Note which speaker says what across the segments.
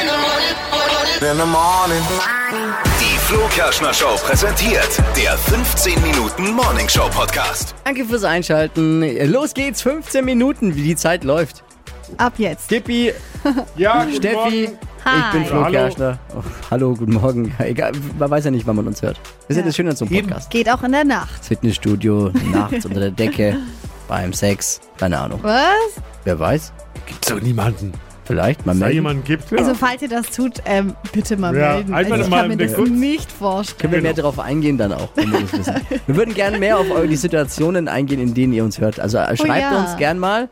Speaker 1: In the morning.
Speaker 2: Die Flo Kerschner Show präsentiert der 15 Minuten Morning Show Podcast.
Speaker 3: Danke fürs Einschalten. Los geht's, 15 Minuten, wie die Zeit läuft.
Speaker 4: Ab jetzt.
Speaker 3: Tippi,
Speaker 5: Ja, guten
Speaker 3: Steffi,
Speaker 5: Morgen.
Speaker 3: ich bin Flo
Speaker 5: Hallo.
Speaker 3: Kerschner. Oh, hallo, guten Morgen. Ja, Egal, man weiß ja nicht, wann man uns hört. Wir sind
Speaker 4: Ja.
Speaker 3: das Schöne an so einem
Speaker 5: Eben.
Speaker 3: Podcast.
Speaker 4: Geht auch in der Nacht.
Speaker 3: Fitnessstudio, nachts unter der Decke, beim Sex, keine Ahnung.
Speaker 4: Was?
Speaker 3: Wer weiß,
Speaker 5: Gibt's doch niemanden.
Speaker 3: vielleicht mal
Speaker 5: Da
Speaker 3: melden.
Speaker 5: jemanden gibt.
Speaker 4: Also falls ihr das tut, ähm, bitte mal
Speaker 5: Ja,
Speaker 4: melden.
Speaker 3: halt
Speaker 5: einfach
Speaker 4: Also, ich
Speaker 5: mal
Speaker 4: kann mir
Speaker 5: im
Speaker 4: das
Speaker 5: Wechsel.
Speaker 4: nicht
Speaker 3: Können
Speaker 4: vorstellen.
Speaker 3: wir mehr darauf eingehen dann auch, wenn wir das wissen. Wir würden gerne mehr auf eu- die Situationen eingehen, in denen ihr uns hört. Also äh, schreibt
Speaker 4: Oh ja.
Speaker 3: uns gern mal.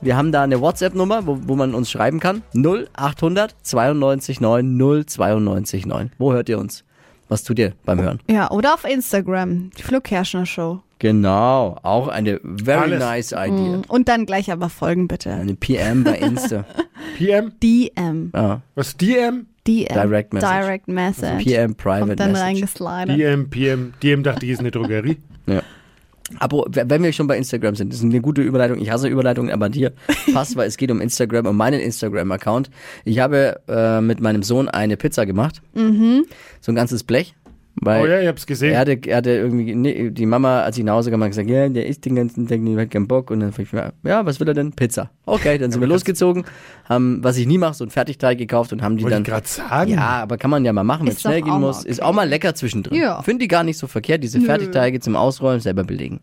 Speaker 3: Wir haben da eine WhatsApp-Nummer, wo, wo man uns schreiben kann. 0800 92 9 092 9. Wo hört ihr uns? Was tut ihr beim Hören?
Speaker 4: Ja, oder auf Instagram, die Flo Kerschner Show.
Speaker 3: Genau, auch eine very
Speaker 5: Alles.
Speaker 3: nice Idea.
Speaker 4: Und dann gleich aber folgen bitte.
Speaker 3: Eine PM bei Insta.
Speaker 5: PM?
Speaker 4: DM.
Speaker 3: ah,
Speaker 5: Was? DM?
Speaker 4: DM.
Speaker 3: Direct Message.
Speaker 4: Direct Message.
Speaker 3: PM Private
Speaker 4: Kommt dann
Speaker 3: Message.
Speaker 4: reingeslidet.
Speaker 5: DM, PM. DM dachte ich, ist eine Drogerie.
Speaker 3: Ja. Aber w- wenn wir schon bei Instagram sind, ist eine gute Überleitung. Ich hasse Überleitungen, aber dir passt, weil es geht um Instagram, um meinen Instagram-Account. Ich habe äh, mit meinem Sohn eine Pizza gemacht. So ein ganzes Blech. Weil
Speaker 5: Mhm. Oh ja, ich hab's gesehen.
Speaker 3: er, hatte, er hatte irgendwie, nee, die Mama, als ich nach Hause kam, hat gesagt, ja, der isst den ganzen Tag, der hat keinen Bock. Und dann frag ich mir, ja, was will er denn? Pizza. Okay, dann sind wir losgezogen, haben, was ich nie mache, so ein Fertigteig gekauft und haben die
Speaker 5: Wollte
Speaker 3: dann
Speaker 5: ich gerade sagen.
Speaker 3: ja, aber kann man ja mal machen, wenn es
Speaker 4: Ist doch
Speaker 3: schnell gehen
Speaker 4: auch mal
Speaker 3: muss.
Speaker 4: okay.
Speaker 3: Ist auch mal lecker zwischendrin.
Speaker 4: Ja.
Speaker 3: Finde die gar nicht so verkehrt, diese Fertigteige zum Ausrollen selber belegen.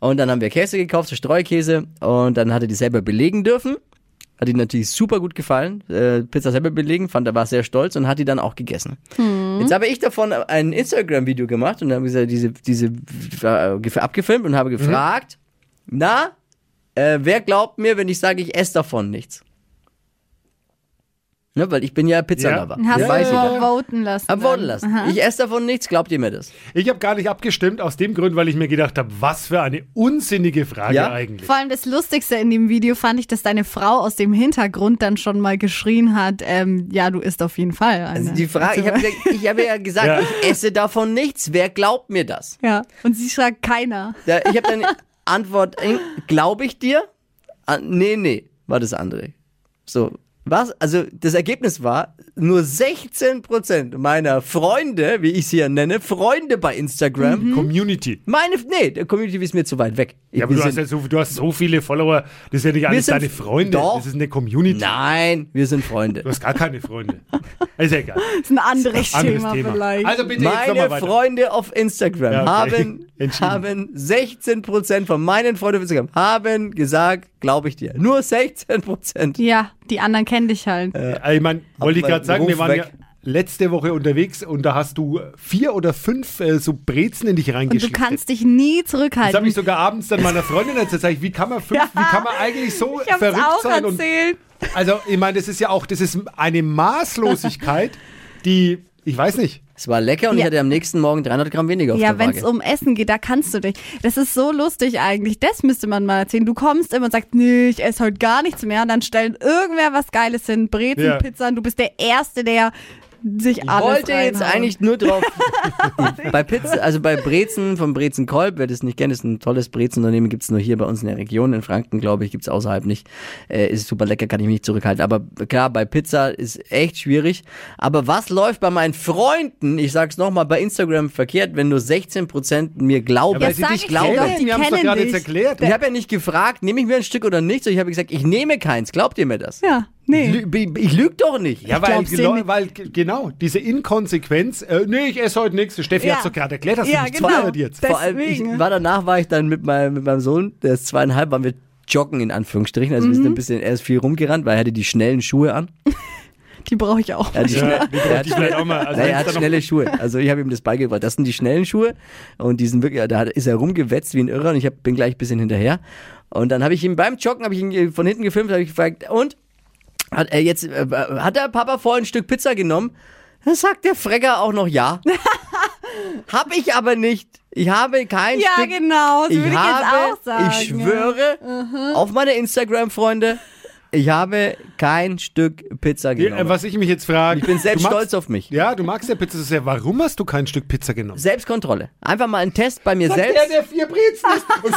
Speaker 3: Und dann haben wir Käse gekauft, so Streukäse, und dann hatte die selber belegen dürfen. Hat ihm natürlich super gut gefallen. Äh, Pizza selber belegen, fand er war sehr stolz und hat die dann auch gegessen.
Speaker 4: Hm.
Speaker 3: Jetzt habe ich davon ein Instagram-Video gemacht und habe gesagt, diese, diese äh, abgefilmt und
Speaker 4: Mhm.
Speaker 3: habe gefragt, na, äh, wer glaubt mir, wenn ich sage, ich esse davon nichts? Ne, weil ich bin ja Pizzalover.
Speaker 4: Hast
Speaker 3: Das
Speaker 4: du
Speaker 3: weiß jeder.
Speaker 4: mal voten lassen.
Speaker 3: Hab wohnen
Speaker 4: dann?
Speaker 3: lassen. Ich esse davon nichts, glaubt ihr mir das?
Speaker 5: Ich habe gar nicht abgestimmt, aus dem Grund, weil ich mir gedacht habe, was für eine unsinnige Frage
Speaker 3: Ja.
Speaker 5: eigentlich.
Speaker 4: Vor allem das Lustigste in dem Video fand ich, dass deine Frau aus dem Hintergrund dann schon mal geschrien hat, ähm, ja, du isst auf jeden Fall. Eine.
Speaker 3: Also die Frage, ich habe ich hab ja gesagt,
Speaker 5: Ja.
Speaker 3: ich esse davon nichts, wer glaubt mir das?
Speaker 4: ja, und sie sagt keiner.
Speaker 3: Da, ich habe dann Antwort, glaube ich dir? Ah, nee, nee, war das andere. So, was? Also das Ergebnis war, nur 16% meiner Freunde, wie ich sie ja nenne, Freunde bei
Speaker 5: Mhm.
Speaker 3: Instagram,
Speaker 5: Community.
Speaker 3: meine, nee, der Community ist mir zu weit weg. Ich,
Speaker 5: Ja, aber
Speaker 3: wir
Speaker 5: du hast,
Speaker 3: sind-
Speaker 5: ja so, du hast so viele Follower, das sind ja nicht alles
Speaker 3: sind-
Speaker 5: deine Freunde.
Speaker 3: Doch.
Speaker 5: Das ist eine Community.
Speaker 3: Nein, wir sind Freunde.
Speaker 5: Du hast gar keine Freunde. ist ja egal.
Speaker 4: Das ist ein anderes,
Speaker 5: Anderes
Speaker 4: Thema,
Speaker 5: Thema.
Speaker 4: vielleicht.
Speaker 5: Also bitte jetzt
Speaker 3: Meine
Speaker 5: nochmal weiter.
Speaker 3: Freunde auf Instagram
Speaker 5: Ja, okay.
Speaker 3: haben,
Speaker 5: Entschieden.
Speaker 3: haben 16% von meinen Freunden auf Instagram haben gesagt, glaube ich dir. Nur 16%.
Speaker 4: ja, die anderen kennen dich halt.
Speaker 5: Äh, ich meine, wollte ich
Speaker 3: mal
Speaker 5: gerade sagen,
Speaker 3: Ruf
Speaker 5: wir waren
Speaker 3: weg.
Speaker 5: ja letzte Woche unterwegs und da hast du vier oder fünf äh, so Brezen in dich
Speaker 4: und du
Speaker 5: reingeschickt.
Speaker 4: kannst dich nie
Speaker 5: Das habe
Speaker 4: zurückhalten.
Speaker 5: ich sogar abends dann meiner Freundin erzählt. Sag ich, wie kann man fünf,
Speaker 4: Ja,
Speaker 5: wie kann man eigentlich so
Speaker 4: ich hab's
Speaker 5: verrückt
Speaker 4: auch
Speaker 5: sein? Und,
Speaker 4: erzählt.
Speaker 5: also ich meine, das ist ja auch, das ist eine Maßlosigkeit, die, ich weiß nicht.
Speaker 3: Es war lecker und ich
Speaker 4: Ja.
Speaker 3: hatte am nächsten Morgen 300 Gramm weniger auf
Speaker 4: Ja,
Speaker 3: der
Speaker 4: wenn es
Speaker 3: Waage.
Speaker 4: um Essen geht, da kannst du dich. Das ist so lustig eigentlich. Das müsste man mal erzählen. Du kommst immer und sagst, nee, ich esse heute gar nichts mehr. Und dann stellen irgendwer was Geiles hin. Brezen,
Speaker 5: Ja.
Speaker 4: Pizza. Und du bist der Erste, der sich
Speaker 3: ich
Speaker 4: alles
Speaker 3: wollte jetzt
Speaker 4: reinhaut.
Speaker 3: eigentlich nur drauf. bei Pizza, also bei Brezen von Brezen Kolb, wer das nicht kennt, ist ein tolles Brezenunternehmen, gibt's nur hier bei uns in der Region, in Franken, glaube ich, gibt's außerhalb nicht. Äh, ist super lecker, kann ich mich nicht zurückhalten. Aber klar, bei Pizza ist echt schwierig. Aber was läuft bei meinen Freunden, ich sag's nochmal, bei Instagram verkehrt, wenn nur 16% mir glauben?
Speaker 5: weil
Speaker 4: Ja,
Speaker 5: sie
Speaker 4: sag
Speaker 5: dich
Speaker 4: ich dir doch,
Speaker 5: glauben.
Speaker 4: die
Speaker 5: Wir haben es doch
Speaker 4: kennen
Speaker 5: gerade jetzt
Speaker 4: dich.
Speaker 5: erklärt.
Speaker 3: ich habe ja nicht gefragt, nehme ich mir ein Stück oder nicht, sondern ich habe gesagt, ich nehme keins. Glaubt ihr mir das?
Speaker 4: Ja, nee.
Speaker 3: Lü- Ich lüge doch nicht.
Speaker 5: Ja, weil,
Speaker 4: glaub's dir
Speaker 5: gelo-
Speaker 4: nicht.
Speaker 5: weil g- genau, diese Inkonsequenz, äh, nee, ich esse heute nichts. Steffi
Speaker 4: Ja.
Speaker 5: hat's doch gerade erklärt, hast
Speaker 4: Ja,
Speaker 5: du nicht
Speaker 4: genau.
Speaker 5: zugehört jetzt.
Speaker 4: Das-
Speaker 3: Vor allem, ich
Speaker 4: Deswegen.
Speaker 3: war danach, war ich dann mit meinem, mit meinem Sohn, der ist zweieinhalb, waren wir joggen in Anführungsstrichen. Also wir
Speaker 4: Mhm.
Speaker 3: sind ein bisschen, er ist viel rumgerannt, weil er hatte die schnellen Schuhe an.
Speaker 4: Die brauche ich auch.
Speaker 3: Er hatte,
Speaker 5: Ja,
Speaker 3: schnell-
Speaker 5: die bräuchte ich vielleicht auch mal. Also
Speaker 3: naja, er
Speaker 5: wenn's
Speaker 3: hat
Speaker 5: da noch-
Speaker 3: schnelle Schuhe. Also ich habe ihm das beigebracht. Das sind die schnellen Schuhe und die sind wirklich, da hat- ist er rumgewetzt wie ein Irrer und ich hab, bin gleich ein bisschen hinterher. Und dann habe ich ihn beim Joggen, habe ich ihn äh, von hinten gefilmt, habe ich gefragt, und hat er jetzt, äh, hat der Papa vorhin ein Stück Pizza genommen? Dann sagt der Frecker auch noch ja. hab ich aber nicht. Ich habe kein
Speaker 4: Ja,
Speaker 3: Stück
Speaker 4: genau. Das
Speaker 3: ich
Speaker 4: würde ich
Speaker 3: habe,
Speaker 4: jetzt auch sagen.
Speaker 3: ich schwöre, auf meine Instagram-Freunde, Ich habe kein Stück Pizza genommen.
Speaker 5: äh, Was ich mich jetzt frage.
Speaker 3: Genau. Ich bin selbst
Speaker 5: du magst-
Speaker 3: stolz auf mich.
Speaker 5: Ja, du magst ja Pizza so sehr. Warum hast du kein Stück Pizza genommen?
Speaker 3: Selbstkontrolle. Einfach mal einen Test bei mir selbst.
Speaker 5: der vier Brezen ist. Und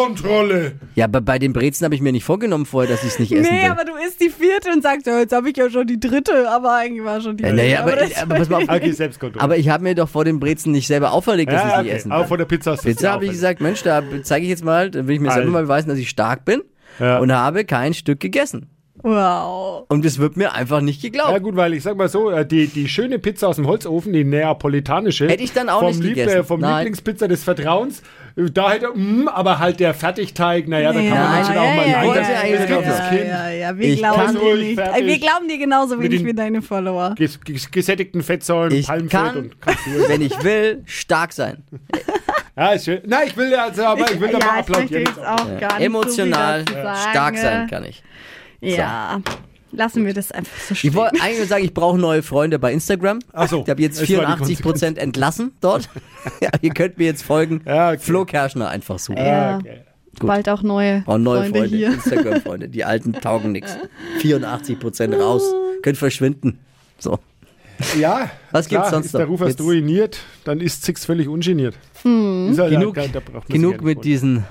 Speaker 5: Selbstkontrolle.
Speaker 3: Ja, aber bei den Brezen habe ich mir nicht vorgenommen vorher, dass ich es nicht essen
Speaker 4: Nee,
Speaker 3: will.
Speaker 4: aber du isst die vierte und sagst, ja, jetzt habe ich ja schon die dritte, aber eigentlich war schon die
Speaker 3: Ja,
Speaker 4: vierte.
Speaker 3: Äh, naja, aber,
Speaker 4: das-
Speaker 3: aber, pass mal auf.
Speaker 5: Okay, Selbstkontrolle.
Speaker 3: aber ich habe mir doch vor den Brezen nicht selber auferlegt, dass ich es
Speaker 5: ja,
Speaker 3: nicht
Speaker 5: okay.
Speaker 3: essen
Speaker 5: Aber
Speaker 3: will.
Speaker 5: von der Pizza hast du es
Speaker 3: Pizza habe ich
Speaker 5: dir
Speaker 3: gesagt, Mensch, da zeige ich jetzt mal, da will ich mir selber
Speaker 5: Alter.
Speaker 3: mal beweisen, dass ich stark bin
Speaker 5: Ja.
Speaker 3: und habe kein Stück gegessen.
Speaker 4: wow.
Speaker 3: Und es wird mir einfach nicht geglaubt.
Speaker 5: Ja gut, weil ich sag mal so, äh, die, die schöne Pizza aus dem Holzofen, die neapolitanische.
Speaker 3: Hätte ich dann auch
Speaker 5: vom
Speaker 3: nicht gegessen.
Speaker 5: äh, Vom
Speaker 3: Nein.
Speaker 5: Lieblingspizza des Vertrauens. äh, Da hätte, mm, aber halt der Fertigteig, naja, da kann
Speaker 4: Ja, genau.
Speaker 5: man
Speaker 3: Nein,
Speaker 5: natürlich auch mal
Speaker 3: ja,
Speaker 5: Nein,
Speaker 3: ja,
Speaker 5: das-
Speaker 3: ja,
Speaker 5: das
Speaker 3: ja,
Speaker 5: gibt das
Speaker 3: ja,
Speaker 5: Kind.
Speaker 4: Ja, ja, wir
Speaker 3: Ich
Speaker 4: glauben
Speaker 5: kann
Speaker 4: dir
Speaker 5: ruhig
Speaker 4: nicht. Äh,
Speaker 5: fertig.
Speaker 4: Wir glauben dir genauso
Speaker 5: Mit
Speaker 4: wenig
Speaker 5: den-
Speaker 4: wie deine Follower.
Speaker 5: Ges ges gesättigten Fettsäuren,
Speaker 3: ich
Speaker 5: Palmfett
Speaker 3: kann,
Speaker 5: und Kassur.
Speaker 3: wenn ich will, stark sein.
Speaker 5: Ja, ist schön. Nein, ich will, also, aber ich will da mal
Speaker 4: ja, ich möchte
Speaker 5: applaudieren.
Speaker 4: jetzt auch gar nicht
Speaker 3: Emotional
Speaker 4: so viel dazu sagen.
Speaker 3: stark sein kann ich.
Speaker 4: Ja, lassen wir das einfach so stehen.
Speaker 3: Ich wollte eigentlich nur sagen, ich brauche neue Freunde bei Instagram.
Speaker 5: Ach so,
Speaker 3: Ich habe jetzt
Speaker 5: das war die
Speaker 3: 84 Prozent entlassen dort. ja, ihr könnt mir jetzt folgen.
Speaker 5: Ja, okay.
Speaker 3: Flo Kerschner einfach suchen.
Speaker 5: Ja,
Speaker 4: ja,
Speaker 5: okay.
Speaker 4: bald auch neue,
Speaker 3: Brauchen Oh, neue
Speaker 4: Freunde,
Speaker 3: Freunde,
Speaker 4: hier.
Speaker 3: Instagram-Freunde. Die alten taugen nichts. 84 Prozent raus. Könnt verschwinden. So.
Speaker 5: Ja,
Speaker 3: Was
Speaker 5: klar,
Speaker 3: gibt's sonst
Speaker 5: ist der
Speaker 3: noch?
Speaker 5: Ruf erst
Speaker 3: Jetzt- Hm.
Speaker 5: ruiniert, dann ist Six völlig ungeniert. Ist halt-
Speaker 3: Genug,
Speaker 5: da- da braucht man sich
Speaker 3: genug
Speaker 5: ja
Speaker 3: mit
Speaker 5: nicht
Speaker 3: diesen,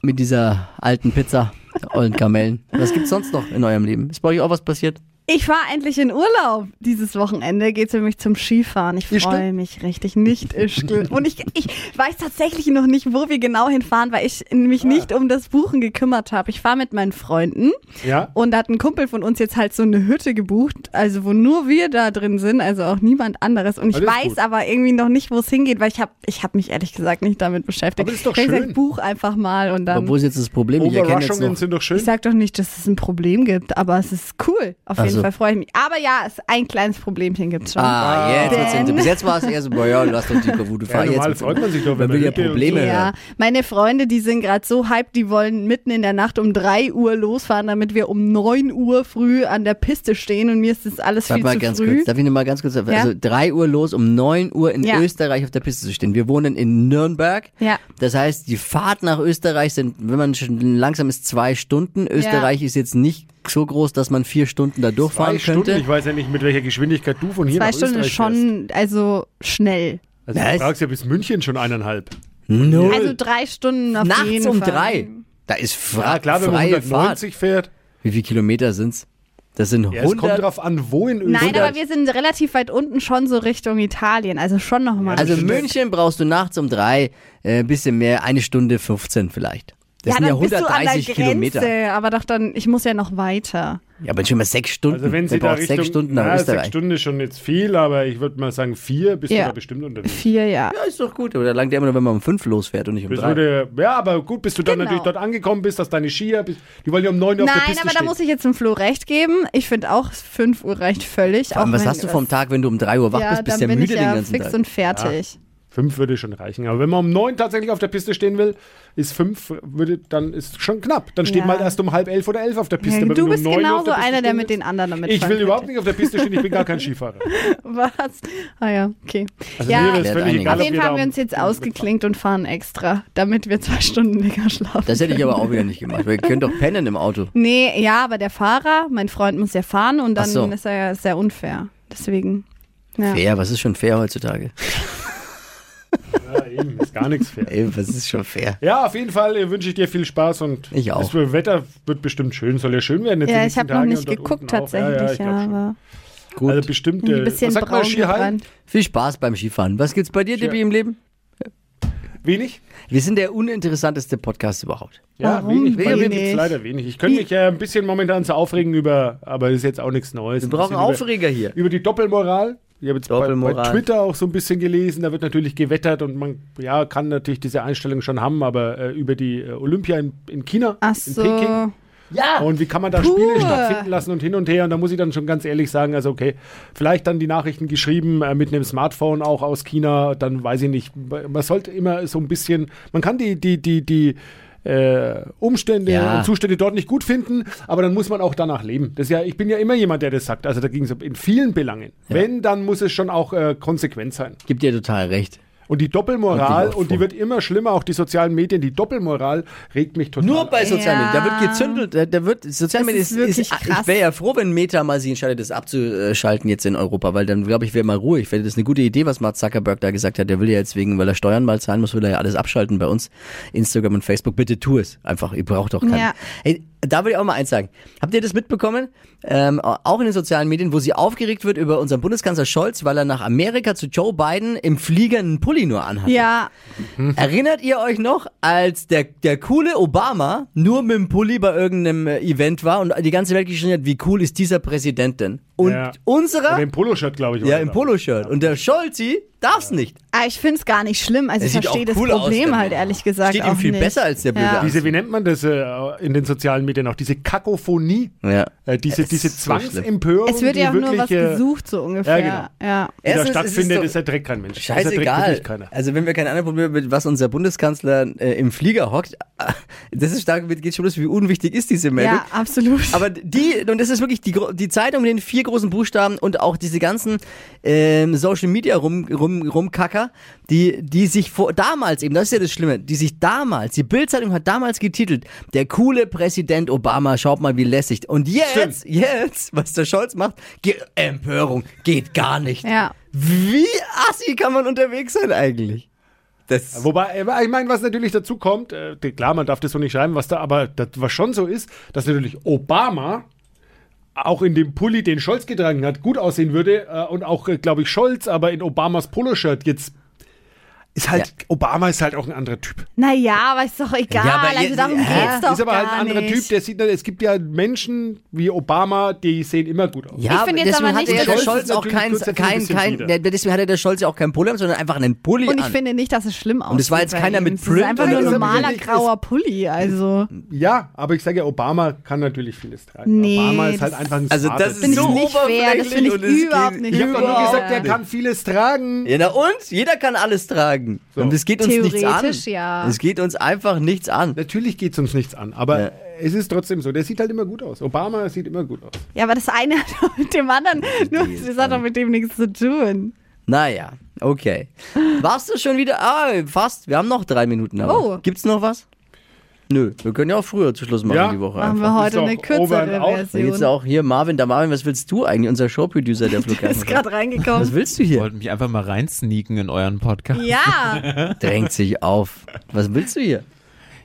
Speaker 3: mit dieser alten Pizza, der ollen Kamellen. Was gibt's sonst noch in eurem Leben? Ist bei euch auch was passiert?
Speaker 4: Ich war endlich in Urlaub. Dieses Wochenende geht's für mich zum Skifahren. Ich
Speaker 5: Ischgl?
Speaker 4: freue mich richtig. Nicht Ischgl. Und ich, ich weiß tatsächlich noch nicht, wo wir genau hinfahren, weil ich mich nicht um das Buchen gekümmert habe. Ich fahre mit meinen Freunden.
Speaker 5: wollen. Ja?
Speaker 4: Und da hat ein Kumpel von uns jetzt halt so eine Hütte gebucht, also wo nur wir da drin sind, also auch niemand anderes. Und ich
Speaker 5: Alles
Speaker 4: weiß
Speaker 5: gut.
Speaker 4: aber irgendwie noch nicht, wo es hingeht, weil ich habe ich hab mich ehrlich gesagt nicht damit beschäftigt.
Speaker 5: Aber das ist doch
Speaker 4: ich hab
Speaker 5: schön.
Speaker 4: Gesagt, buch einfach mal und dann.
Speaker 3: Aber wo ist jetzt das Problem? Ich erkenne jetzt
Speaker 5: Überraschungen
Speaker 3: noch.
Speaker 5: sind doch schön.
Speaker 4: Ich sag doch nicht, dass es ein Problem gibt, aber es ist cool. Auf
Speaker 3: Ach so.
Speaker 4: jeden Fall freue ich mich. Aber ja, es ein kleines Problemchen gibt schon.
Speaker 3: Also Ah, jetzt wird's
Speaker 4: Denn-
Speaker 3: interessant. Bis jetzt war es eher so, boah, ja, lass doch die Kavute
Speaker 5: ja,
Speaker 3: fahren.
Speaker 5: normal
Speaker 3: jetzt
Speaker 5: freut man sich doch, wenn
Speaker 3: Man will ja
Speaker 5: Hütte und
Speaker 3: Probleme
Speaker 4: Ja, meine Freunde, die sind gerade so hyped, die wollen mitten in der Nacht um 3 Uhr losfahren, damit wir um 9 Uhr früh an der Piste stehen und mir ist das alles
Speaker 3: Warte
Speaker 4: viel
Speaker 3: mal
Speaker 4: zu
Speaker 3: ganz
Speaker 4: früh.
Speaker 3: kurz. Darf ich noch mal ganz kurz? Also 3 Uhr los, um 9 Uhr in
Speaker 4: Ja.
Speaker 3: Österreich auf der Piste zu stehen. Wir wohnen in Nürnberg.
Speaker 4: Ja.
Speaker 3: Das heißt, die Fahrt nach Österreich sind, wenn man schon langsam ist, zwei Stunden. Österreich ist jetzt nicht so groß, dass man vier Stunden da
Speaker 5: Zwei
Speaker 3: durchfahren
Speaker 5: Stunden,
Speaker 3: könnte.
Speaker 5: ich weiß ja nicht, mit welcher Geschwindigkeit du von hier
Speaker 4: Zwei
Speaker 5: nach
Speaker 4: Stunden ist
Speaker 5: Österreich
Speaker 4: schon, also schnell.
Speaker 5: fährst. Also
Speaker 3: Was?
Speaker 5: du fragst ja bis München schon eineinhalb.
Speaker 3: Null.
Speaker 4: Also drei Stunden auf jeden
Speaker 3: Nachts um
Speaker 4: Fall.
Speaker 3: drei. Da ist fra
Speaker 5: Ja, klar, wenn man
Speaker 3: freie Fahrt.
Speaker 5: 190 fährt.
Speaker 3: Wie viele Kilometer sind's? Das sind
Speaker 5: Ja, es kommt
Speaker 3: 100.
Speaker 5: drauf an, wo in Österreich.
Speaker 4: Nein, aber wir sind relativ weit unten schon so Richtung Italien, also schon nochmal.
Speaker 3: Also
Speaker 5: das stimmt.
Speaker 3: München brauchst du nachts um drei, äh, bisschen mehr, eine Stunde 15 vielleicht. Das
Speaker 4: ja,
Speaker 3: sind
Speaker 4: dann
Speaker 3: ja
Speaker 4: bist du an der
Speaker 3: 130
Speaker 4: Grenze,
Speaker 3: Kilometer.
Speaker 4: aber doch dann, ich muss ja noch weiter.
Speaker 3: Ja, aber schon mal sechs Stunden.
Speaker 5: also wenn sie
Speaker 3: Wer
Speaker 5: da
Speaker 3: braucht
Speaker 5: Richtung,
Speaker 3: sechs Stunden nach
Speaker 5: na, sechs
Speaker 3: Österreich.
Speaker 5: Stunden ist schon jetzt viel, aber ich würde mal sagen, vier bist
Speaker 4: Ja.
Speaker 5: du da bestimmt unterwegs.
Speaker 4: Vier, ja.
Speaker 3: Ja, ist doch gut. Aber da langt ja immer nur, wenn man um fünf losfährt und nicht um
Speaker 5: Bis
Speaker 3: drei.
Speaker 5: wurde, ja, aber gut, bis du dann
Speaker 4: Genau.
Speaker 5: natürlich dort angekommen bist, dass deine Skier, bis- die wollen ja um 9 Uhr auf der
Speaker 4: Nein,
Speaker 5: Piste
Speaker 4: aber da
Speaker 5: stehen.
Speaker 4: muss ich jetzt dem Flo recht geben. Ich finde auch, 5 Uhr reicht völlig.
Speaker 3: Vor allem,
Speaker 4: auch
Speaker 3: was
Speaker 4: wenn
Speaker 3: hast du
Speaker 4: das-
Speaker 3: vom Tag, wenn du um drei Uhr wach
Speaker 4: ja,
Speaker 3: bist? Bist
Speaker 4: dann
Speaker 3: ja
Speaker 4: bin
Speaker 3: müde
Speaker 4: ich
Speaker 3: den
Speaker 4: ja
Speaker 3: ganzen
Speaker 4: fix
Speaker 3: Tag.
Speaker 4: und fertig.
Speaker 5: Fünf würde schon reichen. Aber wenn man um neun tatsächlich auf der Piste stehen will, ist fünf, würde, dann ist schon knapp. Dann steht
Speaker 4: Ja.
Speaker 5: man halt erst um halb elf oder elf auf der Piste.
Speaker 4: Ja,
Speaker 5: Aber wenn
Speaker 4: du
Speaker 5: um
Speaker 4: bist
Speaker 5: 9 Uhr
Speaker 4: genauso
Speaker 5: auf Piste
Speaker 4: einer, der
Speaker 5: stehen
Speaker 4: mit den anderen damit
Speaker 5: willst- Ich will überhaupt nicht auf der Piste stehen, ich bin gar kein Skifahrer.
Speaker 4: Was? Ah ja, okay.
Speaker 5: Also
Speaker 4: ja,
Speaker 5: mir wäre es
Speaker 3: Klärt
Speaker 5: völlig
Speaker 3: einiges.
Speaker 5: egal,
Speaker 4: auf
Speaker 5: ob
Speaker 4: jeden Fall
Speaker 5: wir da
Speaker 4: haben wir
Speaker 5: um-
Speaker 4: uns jetzt ausgeklinkt und fahren extra, damit wir zwei Stunden länger schlafen.
Speaker 3: Das hätte ich
Speaker 4: können.
Speaker 3: aber auch wieder nicht gemacht. Wir können doch pennen im Auto.
Speaker 4: Nee, ja, aber der Fahrer, mein Freund muss ja fahren und dann
Speaker 3: Ach so.
Speaker 4: ist er ja sehr unfair. Deswegen. Ja.
Speaker 3: Fair, was ist schon fair heutzutage?
Speaker 5: Ja, eben, ist gar nichts fair.
Speaker 3: Ey, was ist schon fair?
Speaker 5: Ja, auf jeden Fall äh, wünsche ich dir viel Spaß und
Speaker 3: Ich auch.
Speaker 5: das Wetter wird bestimmt schön, soll ja schön werden. Jetzt die
Speaker 4: Ja, ich
Speaker 5: nächsten
Speaker 4: habe noch
Speaker 5: Tage
Speaker 4: nicht
Speaker 5: und dort
Speaker 4: geguckt
Speaker 5: unten auch. Ja, ja,
Speaker 4: tatsächlich,
Speaker 5: ich
Speaker 4: ja,
Speaker 5: glaub schon.
Speaker 4: aber
Speaker 3: Gut.
Speaker 5: Also bestimmt,
Speaker 4: ein
Speaker 5: äh,
Speaker 4: bisschen
Speaker 5: was sagt man,
Speaker 4: braun hier
Speaker 5: Skihai?
Speaker 4: dran.
Speaker 3: Viel Spaß beim Skifahren. Was gibt's bei dir, Dippi, im Leben?
Speaker 5: Wenig?
Speaker 3: Wir sind der uninteressanteste Podcast überhaupt.
Speaker 5: Ja,
Speaker 4: Warum
Speaker 5: wenig. Bei mir
Speaker 4: wenig?
Speaker 5: gibt's leider wenig. Ich könnte mich ja ein bisschen momentan so aufregen über, aber das ist jetzt auch nichts Neues.
Speaker 3: Wir brauchen
Speaker 5: ein bisschen
Speaker 3: Aufreger hier.
Speaker 5: Über, über die Doppelmoral. Ich habe jetzt bei, bei
Speaker 3: Doppelmoral.
Speaker 5: Twitter auch so ein bisschen gelesen, da wird natürlich gewettert und man ja, kann natürlich diese Einstellung schon haben, aber äh, über die äh, Olympia in, in China,
Speaker 4: Ach
Speaker 5: in Peking.
Speaker 4: so.
Speaker 3: Ja!
Speaker 5: Und wie kann man da
Speaker 4: Puh.
Speaker 5: Spiele stattfinden lassen und hin und her? Und da muss ich dann schon ganz ehrlich sagen, also okay, vielleicht dann die Nachrichten geschrieben äh, mit einem Smartphone auch aus China, dann weiß ich nicht. Man sollte immer so ein bisschen, man kann die, die, die, die äh, Umstände
Speaker 3: Ja.
Speaker 5: und Zustände dort nicht gut finden, aber dann muss man auch danach leben. Das ist ja, ich bin ja immer jemand, der das um, sagt. Also da ging es in vielen Belangen. Wenn, dann muss es schon auch äh, konsequent sein.
Speaker 3: Gibt dir total recht.
Speaker 5: Und die Doppelmoral,
Speaker 3: Und die
Speaker 5: und die wird immer schlimmer, auch die sozialen Medien, die Doppelmoral regt mich total.
Speaker 3: Nur bei sozialen
Speaker 4: Ja.
Speaker 3: Medien. Da wird gezündelt, da, da wird sozialen
Speaker 4: Das
Speaker 3: Medien
Speaker 4: ist
Speaker 3: ist,
Speaker 4: wirklich
Speaker 3: ist,
Speaker 4: krass.
Speaker 3: Ich wäre ja froh, wenn Meta mal sie entscheidet, das abzuschalten jetzt in Europa, weil dann glaube ich, wäre mal ruhig. Weil das ist eine gute Idee, was Mark Zuckerberg da gesagt hat. Der will ja jetzt wegen, weil er Steuern mal zahlen muss, will er ja alles abschalten bei uns. Instagram und Facebook. Bitte tu es einfach. Ihr braucht doch keinen.
Speaker 4: Ja.
Speaker 3: Hey, da will ich auch mal eins sagen. Habt ihr das mitbekommen? Ähm, auch in den sozialen Medien, wo sie aufgeregt wird über unseren Bundeskanzler Scholz, weil er nach Amerika zu Joe Biden im Flieger einen Pulli nur anhat.
Speaker 4: Ja,
Speaker 3: Erinnert ihr euch noch, als der, der coole Obama nur mit dem Pulli bei irgendeinem äh, Event war und die ganze Welt geschrien hat, wie cool ist dieser Präsident denn? Und
Speaker 5: Ja.
Speaker 3: unserer,
Speaker 5: Oder im Poloshirt, glaube ich.
Speaker 3: ja,
Speaker 5: oder?
Speaker 3: im Poloshirt. Und der Scholzi darf's nicht.
Speaker 4: aber Ah, ich finde es gar nicht schlimm. Also
Speaker 3: Er
Speaker 4: ich
Speaker 3: sieht
Speaker 4: verstehe
Speaker 3: auch
Speaker 4: das
Speaker 3: cool aus,
Speaker 4: Problem
Speaker 3: der
Speaker 4: halt
Speaker 3: Mann.
Speaker 4: ehrlich gesagt
Speaker 3: Steht
Speaker 4: auch
Speaker 3: ihm viel
Speaker 4: nicht.
Speaker 3: besser als der blöde
Speaker 4: ja.
Speaker 3: Arsch.
Speaker 5: Diese, wie nennt man das äh, in den sozialen Medien auch? Diese Kakophonie,
Speaker 3: Ja.
Speaker 5: äh, diese,
Speaker 3: Es
Speaker 5: diese
Speaker 3: ist so schlimm.
Speaker 5: Zwangsempörung.
Speaker 4: Es wird
Speaker 5: die
Speaker 4: ja auch nur
Speaker 5: wirklich,
Speaker 4: was
Speaker 5: äh,
Speaker 4: gesucht, so ungefähr.
Speaker 5: ja, genau.
Speaker 4: ja.
Speaker 5: die da
Speaker 3: Erstens, es ist
Speaker 5: stattfindet,
Speaker 3: doch-
Speaker 5: ist erträgt kein Mensch. Das erträgt
Speaker 3: Scheißegal.
Speaker 5: wirklich keiner.
Speaker 3: Also wenn wir keine anderen Probleme mit was unser Bundeskanzler äh, im Flieger hockt, das ist stark, geht schon los, wie unwichtig ist diese Meldung.
Speaker 4: ja, absolut.
Speaker 3: Aber die, und das ist wirklich die, gro- die Zeitung mit den vier großen Buchstaben und auch diese ganzen ähm, Social Media rum, rum, rumkacker, die, die sich vor, damals eben, das ist ja das Schlimme, die sich damals, die Bildzeitung hat damals getitelt, der coole Präsident Obama, schaut mal wie lässig. Und jetzt, jetzt, was der Scholz macht, Ge Empörung, geht gar nicht.
Speaker 4: Ja.
Speaker 3: Wie assi kann man unterwegs sein eigentlich? Das,
Speaker 5: Wobei, äh, ich meine, was natürlich dazu kommt, äh, die- klar, man darf das so nicht schreiben, was da, aber das, was schon so ist, dass natürlich Obama auch in dem Pulli, den Scholz getragen hat, gut aussehen würde äh, und auch, glaube ich, Scholz, aber in Obamas Poloshirt jetzt ist halt, Obama ist halt auch ein anderer Typ.
Speaker 4: naja, aber ist doch egal.
Speaker 3: Ja, aber
Speaker 4: also
Speaker 3: ihr-
Speaker 4: darum
Speaker 3: hä?
Speaker 4: geht's doch
Speaker 5: ist aber
Speaker 4: gar
Speaker 5: halt ein anderer
Speaker 4: nicht.
Speaker 5: Typ, der sieht, es gibt ja Menschen wie Obama, die sehen immer gut aus.
Speaker 4: Ich finde jetzt
Speaker 3: deswegen
Speaker 4: aber
Speaker 3: hatte
Speaker 4: nicht,
Speaker 3: ja der
Speaker 4: dass-
Speaker 3: Scholz auch
Speaker 5: Natürlich
Speaker 3: kein,
Speaker 5: kurz dafür ein
Speaker 3: kein,
Speaker 5: bisschen
Speaker 3: kein,
Speaker 5: wieder.
Speaker 3: der, deswegen hatte der Scholz ja auch kein Pulli, sondern einfach einen Pulli
Speaker 4: Und ich
Speaker 3: an.
Speaker 4: finde nicht, dass es schlimm aussieht.
Speaker 3: es war jetzt
Speaker 4: bei
Speaker 3: keiner
Speaker 4: ihm.
Speaker 3: mit
Speaker 4: Es ist
Speaker 3: Print
Speaker 4: einfach
Speaker 3: oder
Speaker 4: nur ein
Speaker 5: so.
Speaker 4: normaler
Speaker 5: Ist-
Speaker 4: grauer Pulli. Also
Speaker 5: Ja, aber ich sage ja, Obama kann natürlich vieles tragen.
Speaker 4: Nee,
Speaker 5: Obama ist halt
Speaker 4: das-
Speaker 5: einfach ein
Speaker 3: Also
Speaker 5: Star.
Speaker 3: das
Speaker 4: bin
Speaker 3: ist
Speaker 4: ich
Speaker 3: so
Speaker 4: nicht fair. Das
Speaker 3: oberflächlich
Speaker 4: finde ich
Speaker 3: und es
Speaker 4: überhaupt
Speaker 3: geht
Speaker 4: nicht
Speaker 5: ich habe doch nur
Speaker 4: überhaupt
Speaker 5: gesagt, er
Speaker 4: nicht.
Speaker 5: kann vieles tragen.
Speaker 3: Ja, na und? Jeder kann alles tragen. Und es geht uns nichts an.
Speaker 4: Theoretisch, ja.
Speaker 3: Es geht uns einfach nichts an.
Speaker 5: Natürlich geht es uns nichts an, aber
Speaker 3: Ja.
Speaker 5: es ist trotzdem so. Der sieht halt immer gut aus. Obama sieht immer gut aus.
Speaker 4: Ja, aber das eine hat doch mit dem anderen, nur das hat doch mit dem nichts zu tun.
Speaker 3: Naja, okay. Warst du schon wieder? Ah, fast. Wir haben noch drei Minuten. Aber.
Speaker 4: Oh.
Speaker 3: Gibt's noch was? Nö, wir können ja auch früher zu Schluss machen
Speaker 5: Ja.
Speaker 3: die Woche.
Speaker 4: Machen
Speaker 3: einfach.
Speaker 4: wir heute
Speaker 5: Ist doch
Speaker 4: eine
Speaker 5: over
Speaker 4: kürzere
Speaker 5: and out.
Speaker 3: Da geht's
Speaker 4: Version.
Speaker 3: auch hier, Marvin, da Marvin, was willst du eigentlich? Unser Showproducer, der Flughafen.
Speaker 4: Ist gerade
Speaker 3: was
Speaker 4: reingekommen.
Speaker 3: willst du hier?
Speaker 6: wollte mich einfach mal reinsneaken in euren Podcast.
Speaker 4: Ja,
Speaker 3: Drängt sich auf. Was willst du hier?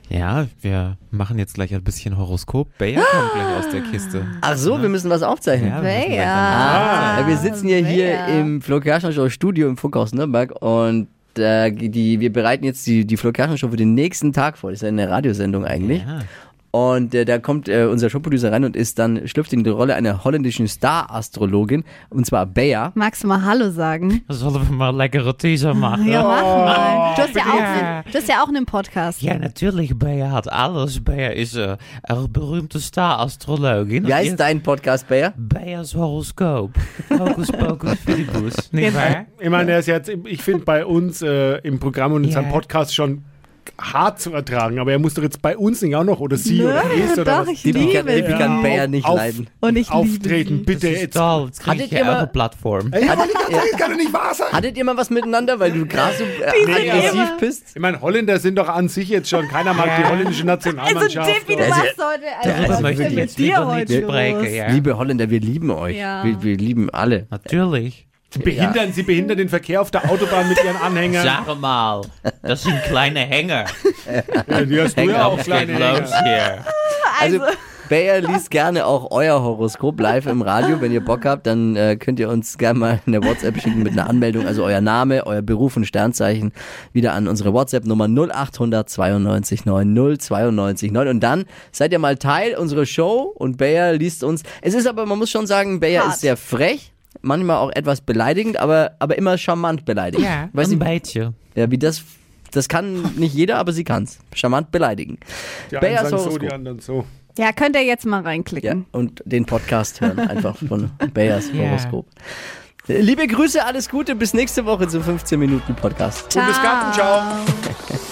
Speaker 6: Ja, wir machen jetzt gleich ein bisschen Horoskop. Bayer kommt gleich aus der Kiste.
Speaker 3: Ach so, wir müssen was aufzeichnen.
Speaker 6: Ja, wir müssen gleich mal-
Speaker 4: ja.
Speaker 3: Ja, Ah, wir sitzen ja hier
Speaker 4: Wer?
Speaker 3: im Flo Kerschner Show Studio im Funkhaus Nürnberg und äh, die, wir bereiten jetzt die, die Flo Kerschner Show für den nächsten Tag vor. Das ist ja eine Radiosendung eigentlich.
Speaker 6: Ja.
Speaker 3: Und äh, da kommt äh, unser Showproducer rein und ist dann schlüpft in die Rolle einer holländischen Star-Astrologin und zwar Bea.
Speaker 4: Magst du mal Hallo sagen?
Speaker 6: Sollen wir mal leckere T-Shirts machen?
Speaker 4: Ja, mach mal. Du hast ja,
Speaker 6: bitte.
Speaker 4: auch, du hast ja auch einen Podcast.
Speaker 6: Ja, natuurlijk. Bea had alles. Bea is eh, een beruimde star-astrologin.
Speaker 3: Wie heißt dein Podcast, Bea?
Speaker 6: Bea's horoscoop. Hocus pocus fidibus. Nicht waar?
Speaker 5: Ich meine, er ist jetzt, ich finde bei uns äh, im Programm und in
Speaker 6: Ja.
Speaker 5: seinem Podcast schon hart zu ertragen, aber er muss doch jetzt bei uns nicht auch noch oder sie oder es
Speaker 4: Nö,
Speaker 5: oder
Speaker 4: Ne? doch,
Speaker 5: was
Speaker 4: ich
Speaker 3: Die
Speaker 4: liebe
Speaker 3: kann, die
Speaker 4: die.
Speaker 3: kann Bea nicht
Speaker 5: auf-
Speaker 3: leiden.
Speaker 4: Und ich liebe
Speaker 5: auftreten,
Speaker 4: die.
Speaker 5: bitte
Speaker 6: Das ist
Speaker 5: jetzt.
Speaker 6: toll. Jetzt
Speaker 3: Hattet
Speaker 6: krieg ich
Speaker 3: ihr
Speaker 6: hier
Speaker 3: mal-
Speaker 6: eure Plattform.
Speaker 5: Ey, aber die ganze Zeit kann doch nicht wahr sein.
Speaker 3: Hattet ihr mal was miteinander, weil du gerade so äh, aggressiv
Speaker 4: immer-
Speaker 3: bist?
Speaker 5: Ich meine, Holländer sind doch an sich jetzt schon, keiner mag die holländische
Speaker 4: Also
Speaker 5: Nationalmannschaft.
Speaker 4: Dave, wie du
Speaker 3: Also,
Speaker 4: machst heute. Also,
Speaker 6: Darüber
Speaker 4: was
Speaker 6: möchte
Speaker 4: ist
Speaker 6: ich
Speaker 4: denn
Speaker 6: jetzt
Speaker 4: mit
Speaker 6: lieber
Speaker 4: dir
Speaker 6: nicht
Speaker 4: heute
Speaker 6: sprechen.
Speaker 4: los?
Speaker 6: Ja.
Speaker 3: Liebe Holländer, wir lieben euch.
Speaker 4: Ja.
Speaker 3: Wir, wir lieben alle.
Speaker 6: Natürlich.
Speaker 5: behindern, Sie behindern den Verkehr auf der Autobahn mit Ihren Anhängern.
Speaker 6: Sag mal, das sind kleine Hänger.
Speaker 5: Ja, die hast du ja auch
Speaker 6: Was geht
Speaker 5: kleine Hänger.
Speaker 6: los hier?
Speaker 3: Also, Bayer liest gerne auch euer Horoskop live im Radio. Wenn ihr Bock habt, dann äh, könnt ihr uns gerne mal eine WhatsApp schicken mit einer Anmeldung. Also euer Name, euer Beruf und Sternzeichen wieder an unsere WhatsApp-Nummer 0800 92 9 092 9. Und dann seid ihr mal Teil unserer Show und Bayer liest uns. Es ist aber, man muss schon sagen, Bayer
Speaker 4: Hart.
Speaker 3: ist sehr frech. Manchmal auch etwas beleidigend, aber, aber immer charmant beleidigend.
Speaker 6: Ja,
Speaker 3: Weiß
Speaker 6: ein
Speaker 3: nicht,
Speaker 6: beetje.
Speaker 3: ja, wie das, das kann nicht jeder, aber sie kann's. Charmant beleidigen.
Speaker 5: Die einen
Speaker 3: Bayers
Speaker 5: sagen so,
Speaker 3: Horoskop.
Speaker 5: die anderen so.
Speaker 4: Ja, könnt ihr jetzt mal
Speaker 3: Ja,
Speaker 4: reinklicken.
Speaker 3: und den Podcast hören, einfach von Bayers
Speaker 6: Ja.
Speaker 3: Horoskop. Liebe Grüße, alles Gute, bis nächste Woche zum 15 Minuten Podcast.
Speaker 5: Bundesgarten, ciao.